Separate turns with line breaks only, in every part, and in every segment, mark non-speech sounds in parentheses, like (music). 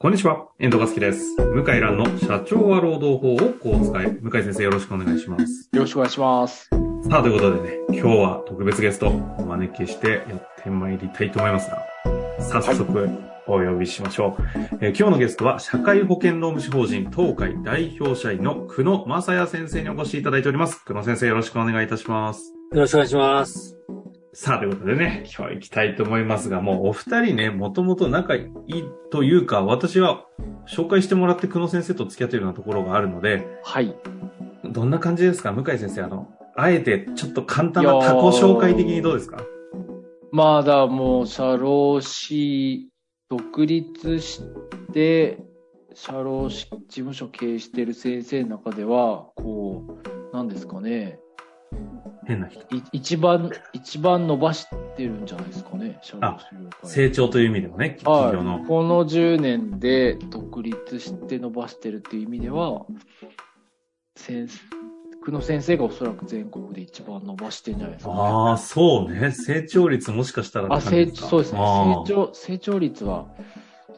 こんにちは、遠藤和樹です。向井蘭の社長は労働法をこう使え。向井先生よろしくお願いします。
よろしくお願いします。
さあ、ということでね、今日は特別ゲストお招きしてやってまいりたいと思いますが、早速お呼びしましょう。えー今日のゲストは社会保険労務士法人東海代表社員の久野正也先生にお越しいただいております。久野先生よろしくお願いいたします。
よろしくお願いします。
さあ、ということでね、今日行きたいと思いますが、もうお二人ね、もともと仲いいというか、私は紹介してもらって久野先生と付き合ってるようなところがあるので、
はい。
どんな感じですか向井先生、あの、あえてちょっと簡単な他己紹介的にどうですか
まだもう、社労士、独立して、社労士事務所経営している先生の中では、こう、なんですかね、
変な人。
い一番、一番伸ばしてるんじゃないですかね、社労士業界
成長という意味でもね、
はい
企業の。
この10年で独立して伸ばしてるっていう意味では、先生久野先生がおそらく全国で一番伸ばしてんじゃないですか、ね。
ああ、そうね。成長率もしかしたら
あ、
高い
成
んか
そうですね。
あ
成
ー
長、成長率は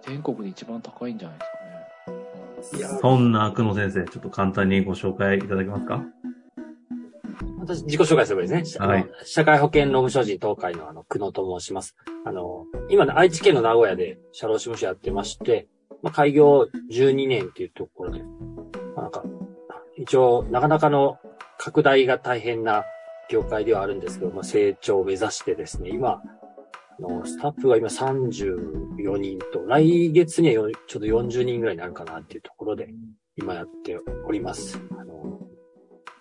全国で一番高いんじゃないですかね。
そんな久野先生、ちょっと簡単にご紹介いただけますか
私、自己紹介すればいいですね。
はい
あの社会保険労務省人東海のあの、久野と申します。あの、今の愛知県の名古屋で社労士務所やってまして、まあ、開業12年っていうところで、まあなんか、一応、なかなかの拡大が大変な業界ではあるんですけど、まあ、成長を目指してですね、今、あの、スタッフが今34人と、来月にはよちょっと40人ぐらいになるかなっていうところで、今やっております。あの、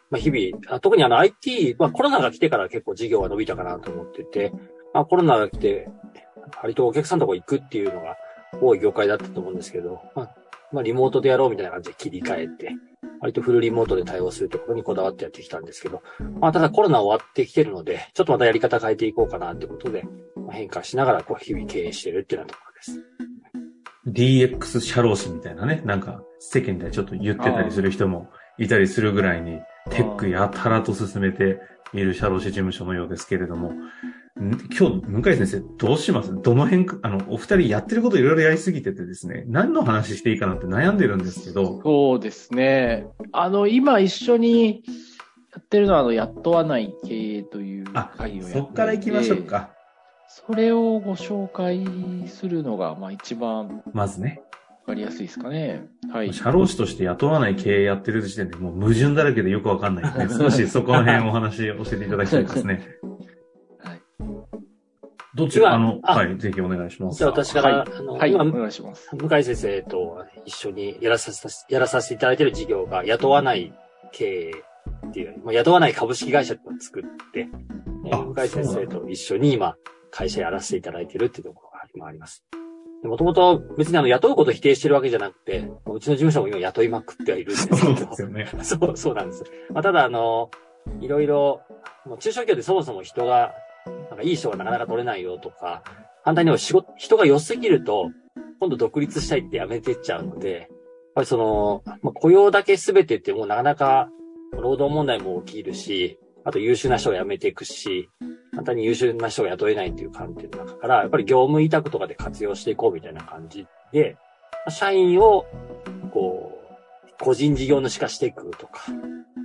まあ、日々、あ特にあの IT、まあ、コロナが来てから結構事業が伸びたかなと思ってて、まあ、コロナが来て、割とお客さんのとこ行くっていうのが多い業界だったと思うんですけど、まあ、まあ、リモートでやろうみたいな感じで切り替えて、割とフルリモートで対応するところにこだわってやってきたんですけど、まあ、ただコロナ終わってきてるので、ちょっとまたやり方変えていこうかなってことで、まあ、変化しながらこう日々経営してるっていうようなところです。
DX 社労士みたいなね、なんか世間でちょっと言ってたりする人もいたりするぐらいに、テックやたらと進めている社労士事務所のようですけれども、ん今日、向井先生、どうしますどの辺か、あの、お二人やってることいろいろやりすぎててですね、何の話していいかなって悩んでるんですけど、
そうですね。あの、今一緒にやってるのは、あの、雇わない経営という
あ
会をやってい、て
そっから行きましょう。か。
それをご紹介するのが、まあ一番
まずね、
わかりやすいですかね。はい。
社労士として雇わない経営やってる時点でもう矛盾だらけでよくわかん
(laughs)
ないんで、少しそこら辺お話教えていただきたいですね。
はい。
どっち
で
が、
は
あの、
あ
はい、ぜひお願いします。
じゃあ私から、
は
あの、
はい、お
今
願いします。
向井先生と一緒にやらさせた、やらさせていただいている事業が雇わない経営っていう、まあ、雇わない株式会社を作って、え
あ
ー向井先
そう
生
な
と一緒に今、会社やらせていただいてるっていうところが今あります。もともと別にあの雇うことを否定してるわけじゃなくて、うちの事務所も今雇いまくってはいるんですけ
そう
ど、
ですよね。
(laughs) そう、そうなんです。まあ、ただ、あの、いろいろ、もう中小企業でそもそも人が、なんかいい人がなかなか取れないよとか、反対にも仕事、人が良すぎると、今度独立したいってやめてっちゃうので、やっぱりその、まあ、雇用だけ全てってもうなかなか労働問題も起きるし、あと優秀な人を辞めていくし、簡単に優秀な人を雇えないっていう観点の中から、やっぱり業務委託とかで活用していこうみたいな感じで、まあ社員を、こう、個人事業主化していくとか、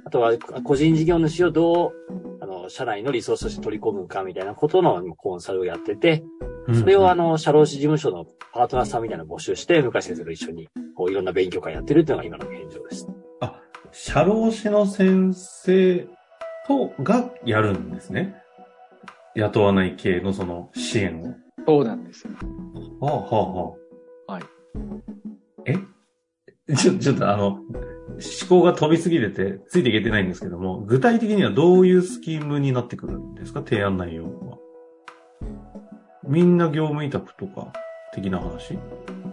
あとは個人事業主をどう、あの、社内のリソースとして取り込むかみたいなことのコンサルをやってて、それをあの、社労士事務所のパートナーさんみたいなのを募集して、向井先生と一緒に、こう、いろんな勉強会やってるっていうのが今の現状です。
社労士の先生と、がやるんですね。雇わない系のその支援を。
そうなんですよ。
はあ、はあ、はあ。
はい。
え (laughs) ちょ、ちょっとあの、思考が飛びすぎてて、ついていけてないんですけども、具体的にはどういうスキームになってくるんですか提案内容は。みんな業務委託とか、的な話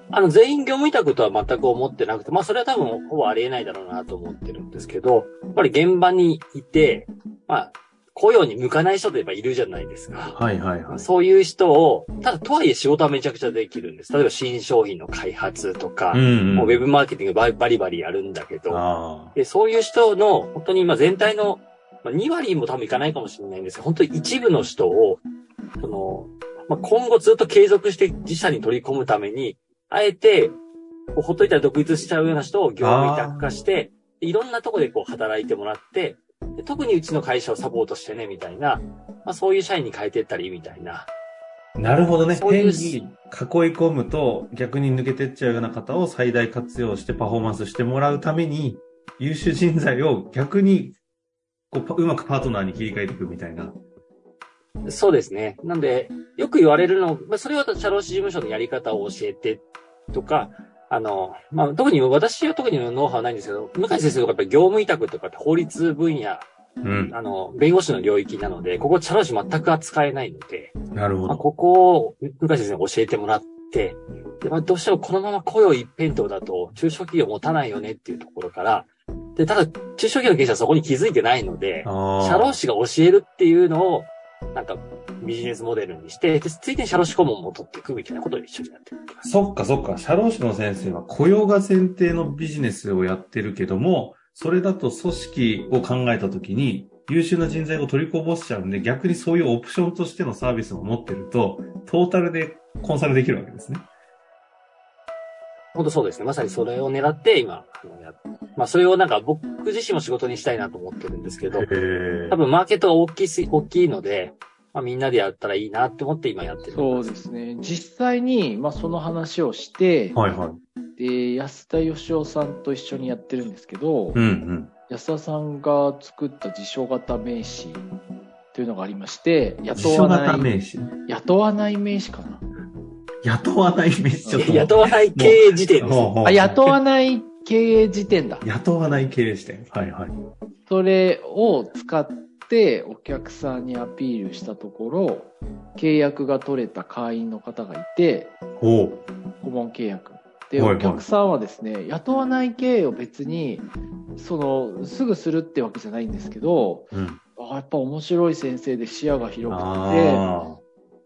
あの、全員業務委託とは全く思ってなくて、まあ、それは多分、ほぼありえないだろうなと思ってるんですけど、やっぱり現場にいて、まあ、雇用に向かない人といえばいるじゃないですか。
はいはいはい。
そういう人を、ただとはいえ仕事はめちゃくちゃできるんです。例えば新商品の開発とか、
ん
もうウェブマーケティングバリバリバリやるんだけど、
あ
でそういう人の本当に今全体の、まあ、2割も多分いかないかもしれないんですけど、本当に一部の人を、そのまあ、今後ずっと継続して自社に取り込むために、あえてこうほっといたら独立しちゃうような人を業務委託化して、いろんなとこでこう働いてもらって、で特にうちの会社をサポートしてね、みたいな、まあそういう社員に変えてったり、みたいな。
なるほどね。
そうい
変
う
に
し
囲い込むと逆に抜けてっちゃうような方を最大活用してパフォーマンスしてもらうために優秀人材を逆にこうパうまくパートナーに切り替えていくみたいな。
そうですね。なんで、よく言われるの、まあ、それは社労士事務所のやり方を教えてとか、あの、まあ、特に私は特にノウハウないんですけど、向井先生とかやっぱり業務委託とかって法律分野、
うん。
あの、弁護士の領域なので、ここ社労士全く扱えないので、
なるほ
まあ、
ど。
ここを向井先生に教えてもらって、でまあ、どうしてもこのまま雇用一辺倒だと中小企業持たないよねっていうところから、で、ただ中小企業の経営者はそこに気づいてないので、
ああ。
社労士が教えるっていうのを、なんかビジネスモデルにして、でついでに社労士顧問も取っていくみたいなことを一緒にやってる。
そっかそっか。社労士の先生は雇用が前提のビジネスをやってるけども、それだと組織を考えたときに優秀な人材を取りこぼしちゃうんで、逆にそういうオプションとしてのサービスも持ってると、トータルでコンサルできるわけですね。
本当そうですね。まさにそれを狙って今、あのやまあそれをなんか僕自身も仕事にしたいなと思ってるんですけ
(laughs)
ど、
へ
多分マーケットが大きすぎ、大きいので、まあみんなでやったらいいなって思って今やってる。
そうですね。実際に、まあ、その話をして、
はいはい。
で、安田義雄さんと一緒にやってるんですけど、
うんうん。
安田さんが作った自称型名詞というのがありまして、
自
雇
称
わ
型
ない、
名詞。
雇わない名詞かな。
雇わない名詞。ちょっと。
雇わない経営時点です
ほう
ね。
ほう
あ、雇わない経営辞典だ。
雇わない経営視点。はいはい。
それを使ってお客さんにアピールしたところ、契約が取れた会員の方がいて、
おう。
顧問契約。で、
はいはい
お客さんはですね、雇わない経営を別に、その、すぐするってわけじゃないんですけど、
うん。
あやっぱ面白い先生で視野が広くて、
あ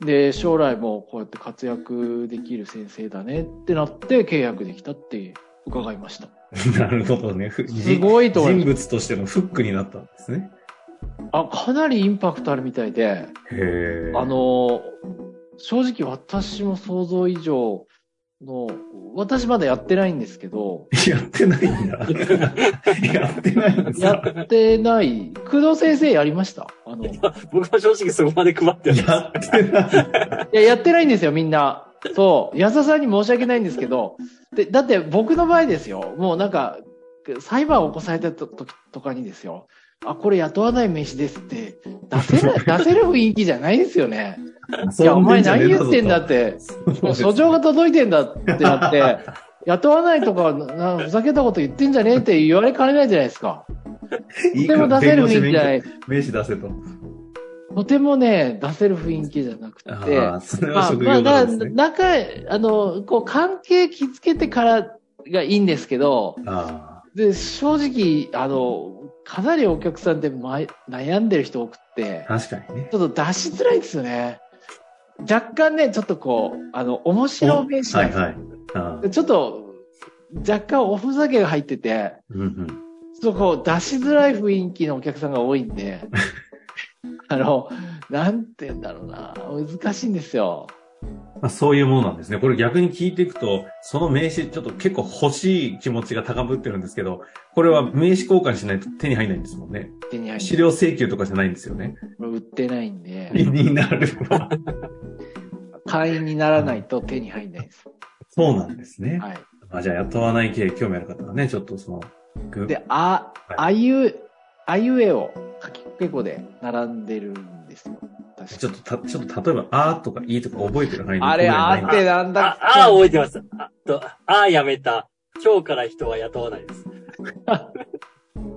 で、将来もこうやって活躍できる先生だねってなって契約できたって伺いました。
あ。なるほどね。ふ
すごいと思いま
人物
す
としてのフックになったんですね。
あ、かなりインパクトあるみたいで、
へえ。
あ、の、正直私も想像以上の、私まだやってないんですけど、
やってないん
(laughs)
だ。やってないんです
や
か
ってない、工藤先生やりましたあの、い
僕は正直そこまで配ってるんです。
やってない。
や、やってないんですよ、みんな。そう、安田さんに申し訳ないんですけど、で、だって僕の場合ですよ、もうなんか、裁判を起こされた時とかにですよ、あ、これ雇わない飯ですって、出せない、出せる雰囲気じゃないですよね。いや、お前何言ってんだって。もう訴状が届いてんだってなって、雇わないとか、なふざけたこと言ってんじゃねえって言われかねないじゃないですか。とても出せる雰囲気じゃない。
名刺出せと。
とてもね、出せる雰囲気じゃなくて。
ああ、それは
まあ、
職
まあ、
業
だ
柄で
か
す
ら
ね。
仲、あの、こう、関係気づけてからがいいんですけど、
あ
で、正直、あの、かなりお客さんでま悩んでる人多くって
あ、、確かにね。
ちょっと出しづらいですよね。若干ね、ちょっとこう、あの、面白名詞
は
なん
い
ですよ
はい。ああ
でちょっと、若干おふざけが入ってて、
うんうん
ちょっとこう出しづらい雰囲気のお客さんが多いん
(laughs)
で、あの、なんて言うんだろうな、難しいんですよ。
まあ、そういうものなんですね。これ逆に聞いていくと、その名刺、ちょっと結構欲しい気持ちが高ぶってるんですけど、これは名刺交換しないと手に入らないんですもんね。
手に入
資料請求とかじゃないんですよね。
る売ってないんで、
にな
(laughs)
るわ。
会員にならないと手に入んないです。
そうなんですね。
はい。
あじゃあ、雇わない系興味ある方はね、ちょっとその、グ
で、あ、あいう、あいうえを書きっぺこで並んでるんですよ。確
ちょ
か
っとた、ちょっと例えば、あーとかいいとか覚えてる範囲で
あれ、あ
こ
っ
れぐらい
てなんだ
あ
っ、
ああ、覚えてます。あと、ああ、やめた。今日から人は雇わない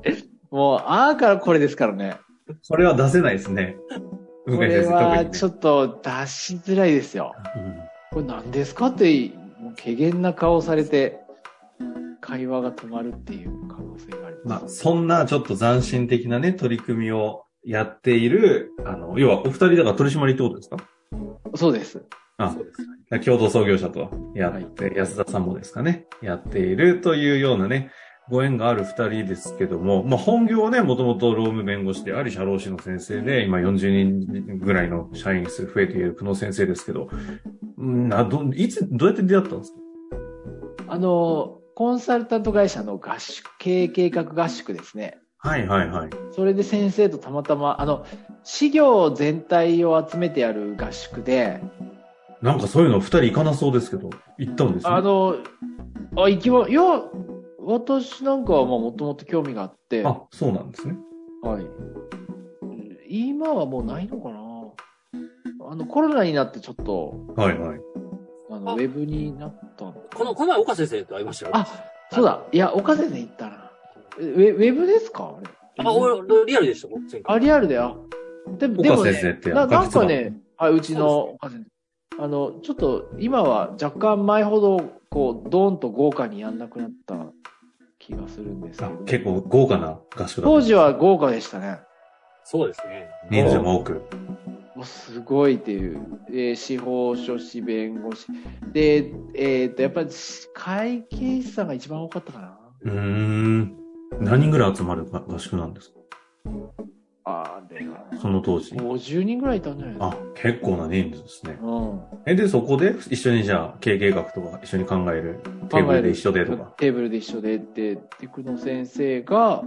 です。
もう、あーからこれですからね。
これは出せないです
(laughs)
ね。向
こ
井
れ
先生、
は
特
ちょっと出しづらいですよ。
にね。
これ何ですかって、もう怪訝な顔されて、会話が止まるっていう可能性があり
うんま
ま
あ、
す。
そんなちょっと斬新的なね、取り組みをやっている、あの、要はお二人だから取締りってことですか
そうです。
あ
そうです。
共同創業者とやって、安田さんもですかね、やっているというようなね、ご縁がある二人ですけども、まあ本業はね、もともと労務弁護士であり、社労士の先生で、今40人ぐらいの社員数増えている久野先生ですけど、うんなどいつ、どうやって出会ったんですか
あの、コンサルタント会社の合宿、経営計画合宿ですね。
はいはいはい。
それで先生とたまたま、あの、資料全体を集めてやる合宿で、
なんかそういうの二人行かなそうですけど、行ったんですね
あの、あ、行きま、いや、私なんかはもともと興味があって、
あ、
は
そうなんですね。
い。今はもうないのかなあの、コロナになってちょっと、
はいはい。
あの、
あ
ウェブになったの
この、この前岡先生と会いましたよ。
あ、そうだ。いや、岡先生行ったな。えウェウェブですかあれ。
あ、俺、リアルでしたもん、前回
あ、リアルだよ。ででも
岡
ね
先生って
ななんか
岡先
ね、はい、うちの岡先生。あの、ちょっと今は若干前ほど、こう、ドーンと豪華にやんなくなった気がするんですけ
あ
ど。
結構豪華な合宿だ
当時は豪華でしたね。
そうですね。
人数も多く。
おすごいっていう、えー司法書士弁護士で、えーっとやっぱり会計士さんが一番多かったかな
うーん。何人ぐらい集まるか合宿なんですか
あれは
その当時。
50人ぐらいいたんじゃないです
あ
か、
結構な人数ですね。
うん、
え、で、そこで一緒にじゃあ、経営計画とか一緒に考える。テーブルで一緒でとか。
テーブルで一緒でってテクノ先生が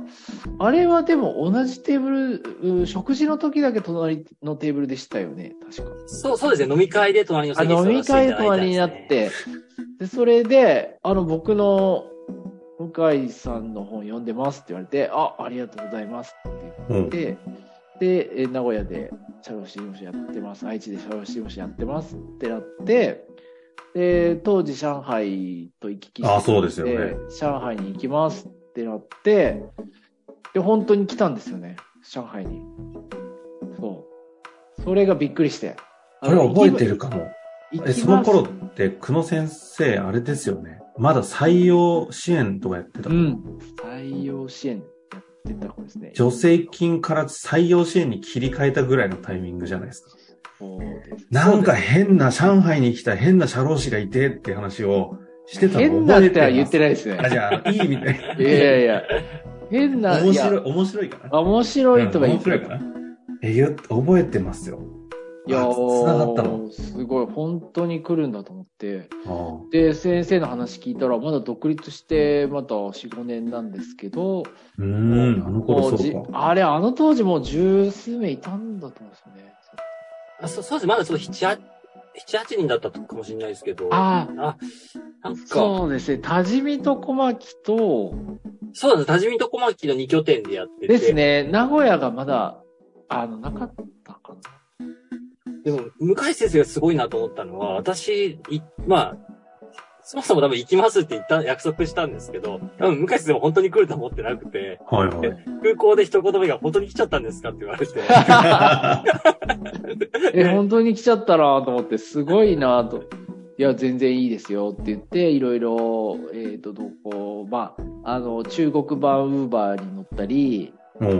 あれはでも同じテーブルうん食事の時だけ隣のテーブルでしたよね確か
そう、そうですね。飲み会で隣の
あ
席に座
飲
らせて
み
いただ
会
いたんですね
隣になっ。て、で、それで、あの、僕の、向井さんの本読んでますって言われて、あ、ありがとうございますっ
うん。
て言って、で、え名古屋で社労士事務所やってます、愛知で社労士事務所やってますってなって、で、当時上海と行き来してたん
あそうですよね
上海に行きますってなって、で、本当に来たんですよね、上海に。そう。それがびっくりして。あ
これ
の
覚えてるかも。
行き
え、
ます
その頃って、久野先生、あれですよね。まだ採用支援とかやってた。
うん。採用支援やってた子ですね。
助成金から採用支援に切り替えたぐらいのタイミングじゃないですか。
そうです
なんか
そう
変な、上海に来た変な社労士がいてって話をして
です
たの
変な
覚
っ
え
て
て
は言って
る。
ないですね
あ、。じゃあ、いいみたい
いやいやいや。変
な。
な、
(laughs) 面白い、
い
面白いかな。
や。面白いとは
うん面
言って
白いかな。え、言っ覚えてますよ。
いや
あ
ー
繋がったの。
すごい、本当に来るんだと思って。
あ
で、先生の話聞いたら、まだ独立して、また4、5年なんですけど、
あうーん、あの
も
頃
う
そ
じ
うか。
あれ、あの当時もう十数名いたんだと思うんですよね。
あそうそうです。まだちょっと7、8 7、8人だったかもしれないですけど。
あ
あ、なんか、そう
そうですね。多治見と小牧と、
なんです。多治見と小牧の2拠点でやってて。
です。ね。名古屋がまだ、あの、なかったか
でも、向井先生がすごいなと思ったのは、私、いまあ、そもそも多分行きますって言った、約束したんですけど、多分向井先生も本当に来ると思ってなくて、
はい
(laughs)
はい。
空港で一言目が本当に来ちゃったんですかって言われて。
(laughs)
な。え、本当に来ちゃったなと思って、すごいなと。いや、全然いいですよって言って、いろいろ、えっ、と、どこ、まあ、あの、中国版ウーバーに乗ったり、
も
い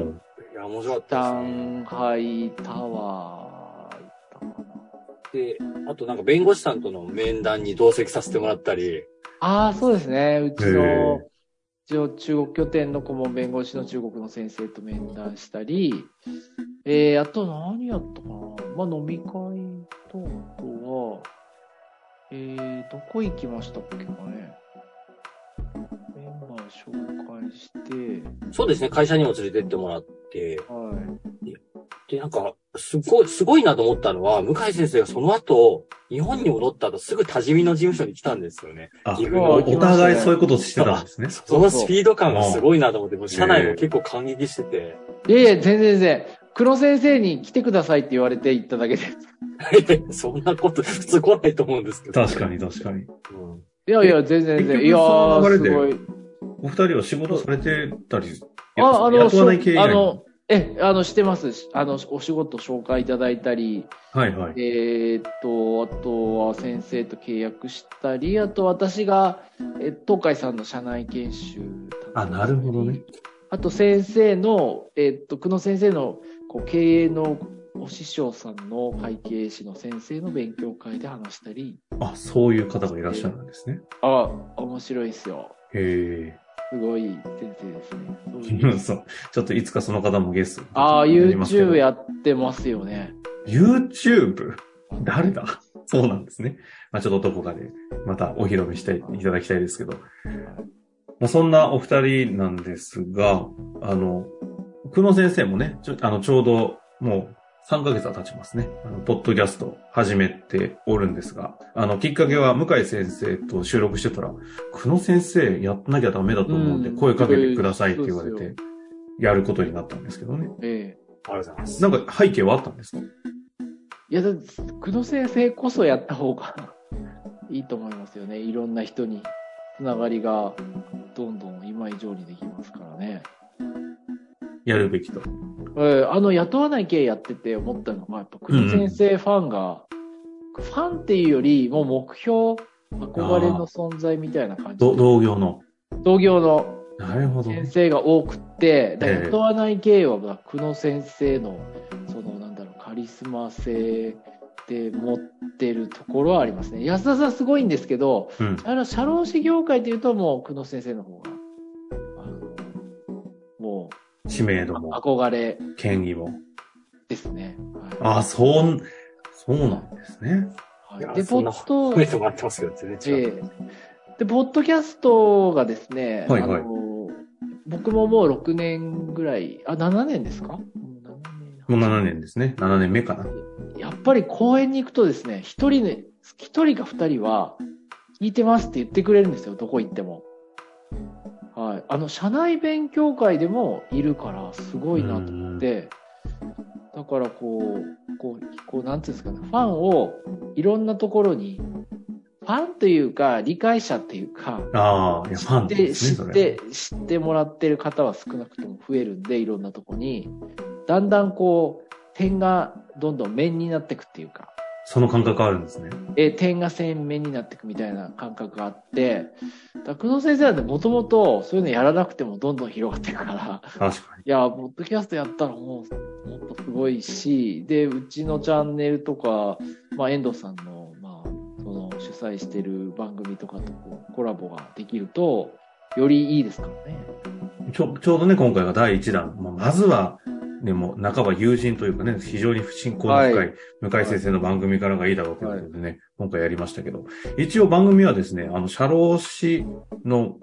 や、面白かったです、ね。
上海タワー行ったかな。
で、あとなんか弁護士さんとの面談に同席させてもらったり、
ああ、そうですね。うち
へ
の
え、
一応中国拠点の顧問弁護士の中国の先生と面談したり、えー、あと何やったかなまあ飲み会と、あとは、えー、どこ行きましたっけかね。メンバー紹介して、
そうですね、会社にも連れてってもらって、
は
で、なんか、すごい、すごいなと思ったのは、向井先生がその後、日本に戻った後、すぐ多治見の事務所に来たんですよね。
う、あ、
自分
お
の
お互いそういうことしてたんですね。
そのスピード感がすごいなと思って、もう社内
へ
も
え
結構感激してて、 (laughs)
い。いえいえ、全然全然。黒先生に来てくださいって言われて行っただけで。
そんなこと、普通来ないと思うんですけど。
確かに確かに。
うん
いやいや、全然全然。
結
いや
局その流れ
ー、
です
ごい。
お二人は仕事されてたり、
あ、あの、
雇わない経営以
あ
外に
の、え、あの、してます。あの、お仕事紹介いただいたり、
はいはい。
えーっと、あとは先生と契約したり、あと私が、え、東海さんの社内研修。
あ、なるほどね。。
あと先生の、えーっと、久野先生の、こう、経営のお師匠さんの会計士の先生の勉強会で話したり、
あ、そういう方がいらっしゃるんですね。
あ、面白いですよ。
(laughs) へ
すごい先生ですね。そうい
え。(laughs)
う
そう。ちょっといつかその方もゲスト。
ああ、
やりますけど
YouTube やってますよね。
YouTube? 誰だ (laughs) そうなんですね。まあちょっとどこかでまたお披露目したい、いただきたいですけど。まあそんなお二人なんですが、あの、久野先生もね、ちょあのちょうどもう3ヶ月は経ちますね。あの、ポッドキャストを始めておるんですが、あの、きっかけは向井先生と収録してたら、久野先生やんなきゃダメだと思うんで
うん
声かけてくださいって言われ
そうで
て、やることになったんですけどね。
ええ。
ありがとうございます。
なんか背景はあったんですか
いや、だって久野先生こそやった方が (laughs) いいと思いますよね。いろんな人につながりがどんどん今以上にできますからね。
やるべきと。
ええあの、雇わない系やってて思ったのが、やっぱ久野先生ファンが、ファンっていうより、もう目標、憧れの存在みたいな感じ
ど。同業の。
同業の
なるほど。
先生が多くって、だから
ええ
雇わない経営は、まあ久野先生の、その、なんだろう、カリスマ性で持ってるところはありますね。安田さんすごいんですけど、
うん。
あの、社労士業界でいうと、もう、久野先生の方が、あの、も
知名度
う、
も、
憧れ
権威も。
ですね。は
ああ、そう、そうなんですね。
いはいい、で、
やそ
ポ
んな
ッド、
褒めてもらってますけど、全然違う。
ええで、ポッドキャストがですね、
はいはい
あの僕ももう6年ぐらい、あ、7年ですかも
も
う
う
7
7年ですね。7年目かな。
やっぱり公園に行くとですね、一人ね、一人か二人は、聞いてますって言ってくれるんですよ、どこ行っても。はい。あの、社内勉強会でもいるから、すごいなと思って、だからこう、こう、こう、なんていうんですかね、ファンをいろんなところに、ファンというか、理解者っていうか、
ああ、いや、ファン
で
ですね、
知
そ
っ
れ
て、知ってもらってる方は少なくとも増えるんで、いろんなとこに、だんだんこう、点がどんどん面になってくっていうか、
その感覚あるんですね。
えー点が線面になってくみたいな感覚があって、だ工藤先生なんてもともとそういうのやらなくてもどんどん広がっていくから、 (laughs)
確かに。
いやー、ポッドキャストやったらもう、もっとすごいし、で、うちのチャンネルとか、まあ、遠藤さんの、まあ、その主催してる番組とかとこうコラボができると、よりいいですからね。
ちょ、ちょうどね、今回が第1弾。まあ、まずは、ね、もう、半ば友人というかね、非常に親交の深
はい
向井先生の番組からがいいだろうということでね、今回やりましたけど、一応番組はですね、あの、社労士の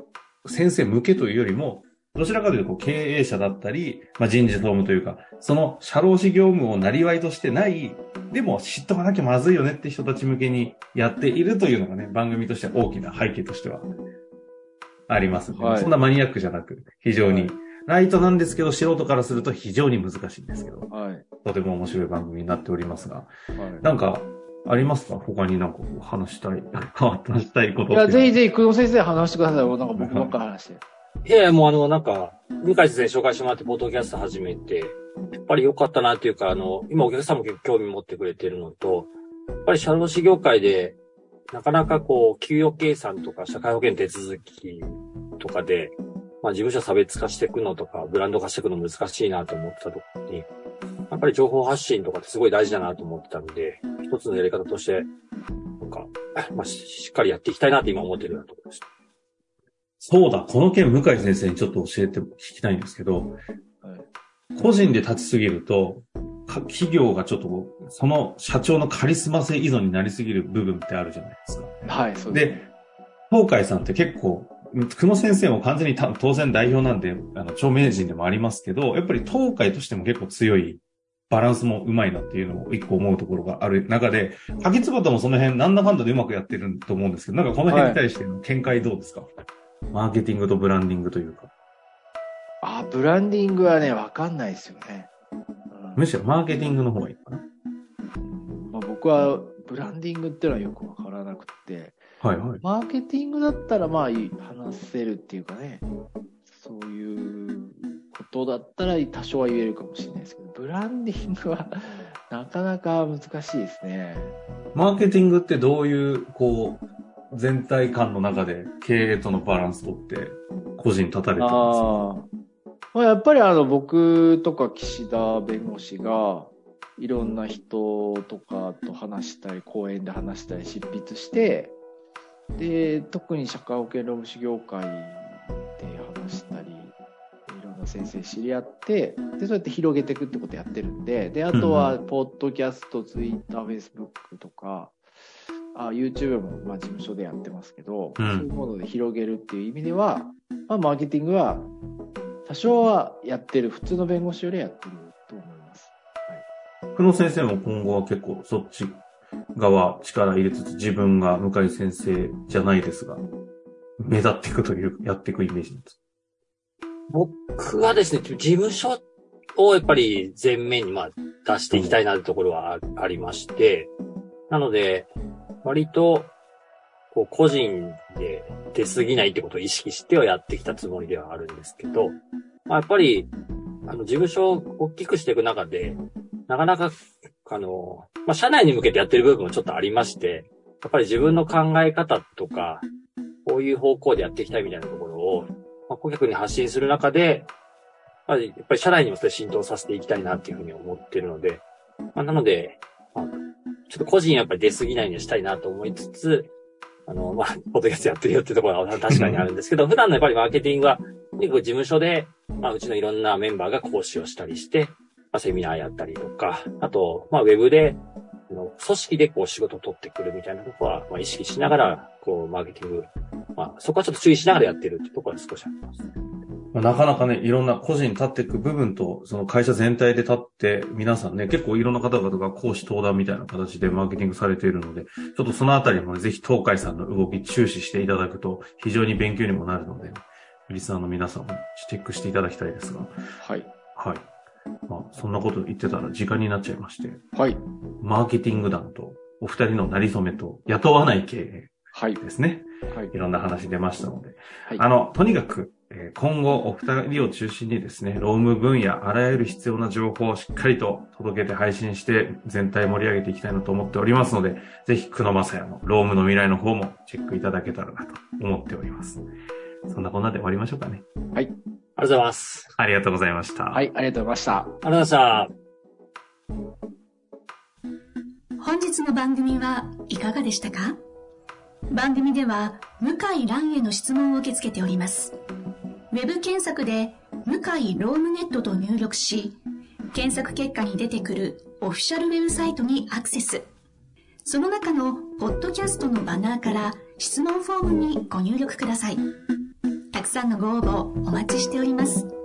先生向けというよりも、どちらかというとこう、経営者だったり、まあ、人事総務というか、その社労士業務をなりわいとしてない、でも知っとかなきゃまずいよねって人たち向けにやっているというのがね、番組としては大きな背景としてはありますんで、
はい
そんなマニアックじゃなく、非常
は
に
い、
ライトなんですけど、素人からすると非常に難しいんですけど、
はい。
とても面白い番組になっておりますが、
は
なんか、ありますか他になんかこう話したい、 (laughs) 話したいことってうの
い。い
は
や、ぜひぜひ、久野先生話してください。もうなんか僕ばっかり話して。
いやいや、もうあの、なんか、向井先生に紹介してもらって、ポッドキャスト始めて、やっぱり良かったなっていうか、あの、今お客さんも結構興味持ってくれてるのと、やっぱり社労士業界で、なかなかこう、給与計算とか社会保険手続きとかで、まあ事務所差別化していくのとか、ブランド化していくの難しいなと思ってた時に、やっぱり情報発信とかってすごい大事だなと思ってたんで、一つのやり方として、なんか、まあししっかりやっていきたいなって今思ってるようなところです。
そうだ、この件、向井先生にちょっと教えて聞きたいんですけど、個人で立ちすぎると、か企業がちょっとこう、その社長のカリスマ性依存になりすぎる部分ってあるじゃないですか。
(laughs) はい、そうです。
で、東海さんって結構、久野先生も完全にた当然代表なんで、あの、著名人でもありますけど、やっぱり東海としても結構強い、バランスもうまいなっていうのを一個思うところがある中で、柿坪ともその辺、なんだかんだでうまくやってると思うんですけど、なんかこの辺に対しての見解どうですか、マーケティングとブランディングというか。
あ、ブランディングはね、わかんないですよね。うん
むしろマーケティングの方がいいかな。
まあ、僕はブランディングっていうのはよくわからなくって、
はいはい。
マーケティングだったらまあいい話せるっていうかね、そういうことだったら多少は言えるかもしれないですけど、ブランディングは (laughs) なかなか難しいですね。
マーケティングってどういう、こう、全体感の中で経営とのバランスとって、個人立たれてるんですか
ああ。まあ、やっぱりあの僕とか岸田弁護士がいろんな人とかと話したり講演で話したり執筆してで特に社会保険労務士業界で話したりいろんな先生知り合ってでそうやって広げていくってことやってるんでであとはポッドキャストツイッターフェイスブックとかあ YouTube もまあ事務所でやってますけど、
うん
そういうもので広げるっていう意味では、まあ、マーケティングは多少はやってる普通の弁護士よりはやってると思います。
久野先生も今後は結構そっち側力入れつつ自分が向井先生じゃないですが、目立っていくという、やっていくイメージなんです。
僕はですね、事務所をやっぱり前面にまあ出していきたいなというところはあありまして、なので、割と、こう、個人で出過ぎないってことを意識してはやってきたつもりではあるんですけど、まあ、やっぱり、あの、事務所を大きくしていく中で、なかなか、あの、まあ、社内に向けてやってる部分もちょっとありまして、やっぱり自分の考え方とか、こういう方向でやっていきたいみたいなところを、まあ、顧客に発信する中で、やっぱり、やっぱり社内にもそれ浸透させていきたいなっていうふうに思ってるので、まあ、なので、まあ、ちょっと個人やっぱり出過ぎないようにしたいなと思いつつ、あの、まあ、ポッドキャストやってるよってところは確かにあるんですけど、普段のやっぱりマーケティングは、結構事務所で、まあ、うちのいろんなメンバーが講師をしたりして、まあ、セミナーやったりとか、あと、まあ、ウェブで、あの組織でこう仕事を取ってくるみたいなところは、まあ、意識しながら、こう、マーケティング、まあ、そこはちょっと注意しながらやってるってところは少しあります。
まあなかなかね、いろんな個人に立っていく部分と、その会社全体で立って、皆さんね、結構いろんな方々が講師登壇みたいな形でマーケティングされているので、ちょっとそのあたりもね、ぜひ東海さんの動き注視していただくと、非常に勉強にもなるので、リスナーの皆さんもチェックしていただきたいですが、
はい。
はい。まあ、そんなこと言ってたら時間になっちゃいまして、
はい。
マーケティング団と、お二人のなりそめと、雇わない経営
はい。
ですね。
はい
い。ろんな話出ましたので、
はい
あの、とにかく、えー今後お二人を中心にですね、ローム分野、あらゆる必要な情報をしっかりと届けて配信して、全体盛り上げていきたいなと思っておりますので、ぜひ、久野正也のロームの未来の方もチェックいただけたらなと思っております。そんなこんなで終わりましょうかね。
ありがとうございます。
ありがとうございました。
はい。ありがとうございました。
ありがとうございました。
本日の番組はいかがでしたか番組では向井蘭への質問を受け付けておりますウェブ検索で「向井ロームネット」と入力し検索結果に出てくるオフィシャルウェブサイトにアクセスその中のポッドキャストのバナーから質問フォームにご入力くださいたくさんのご応募お待ちしております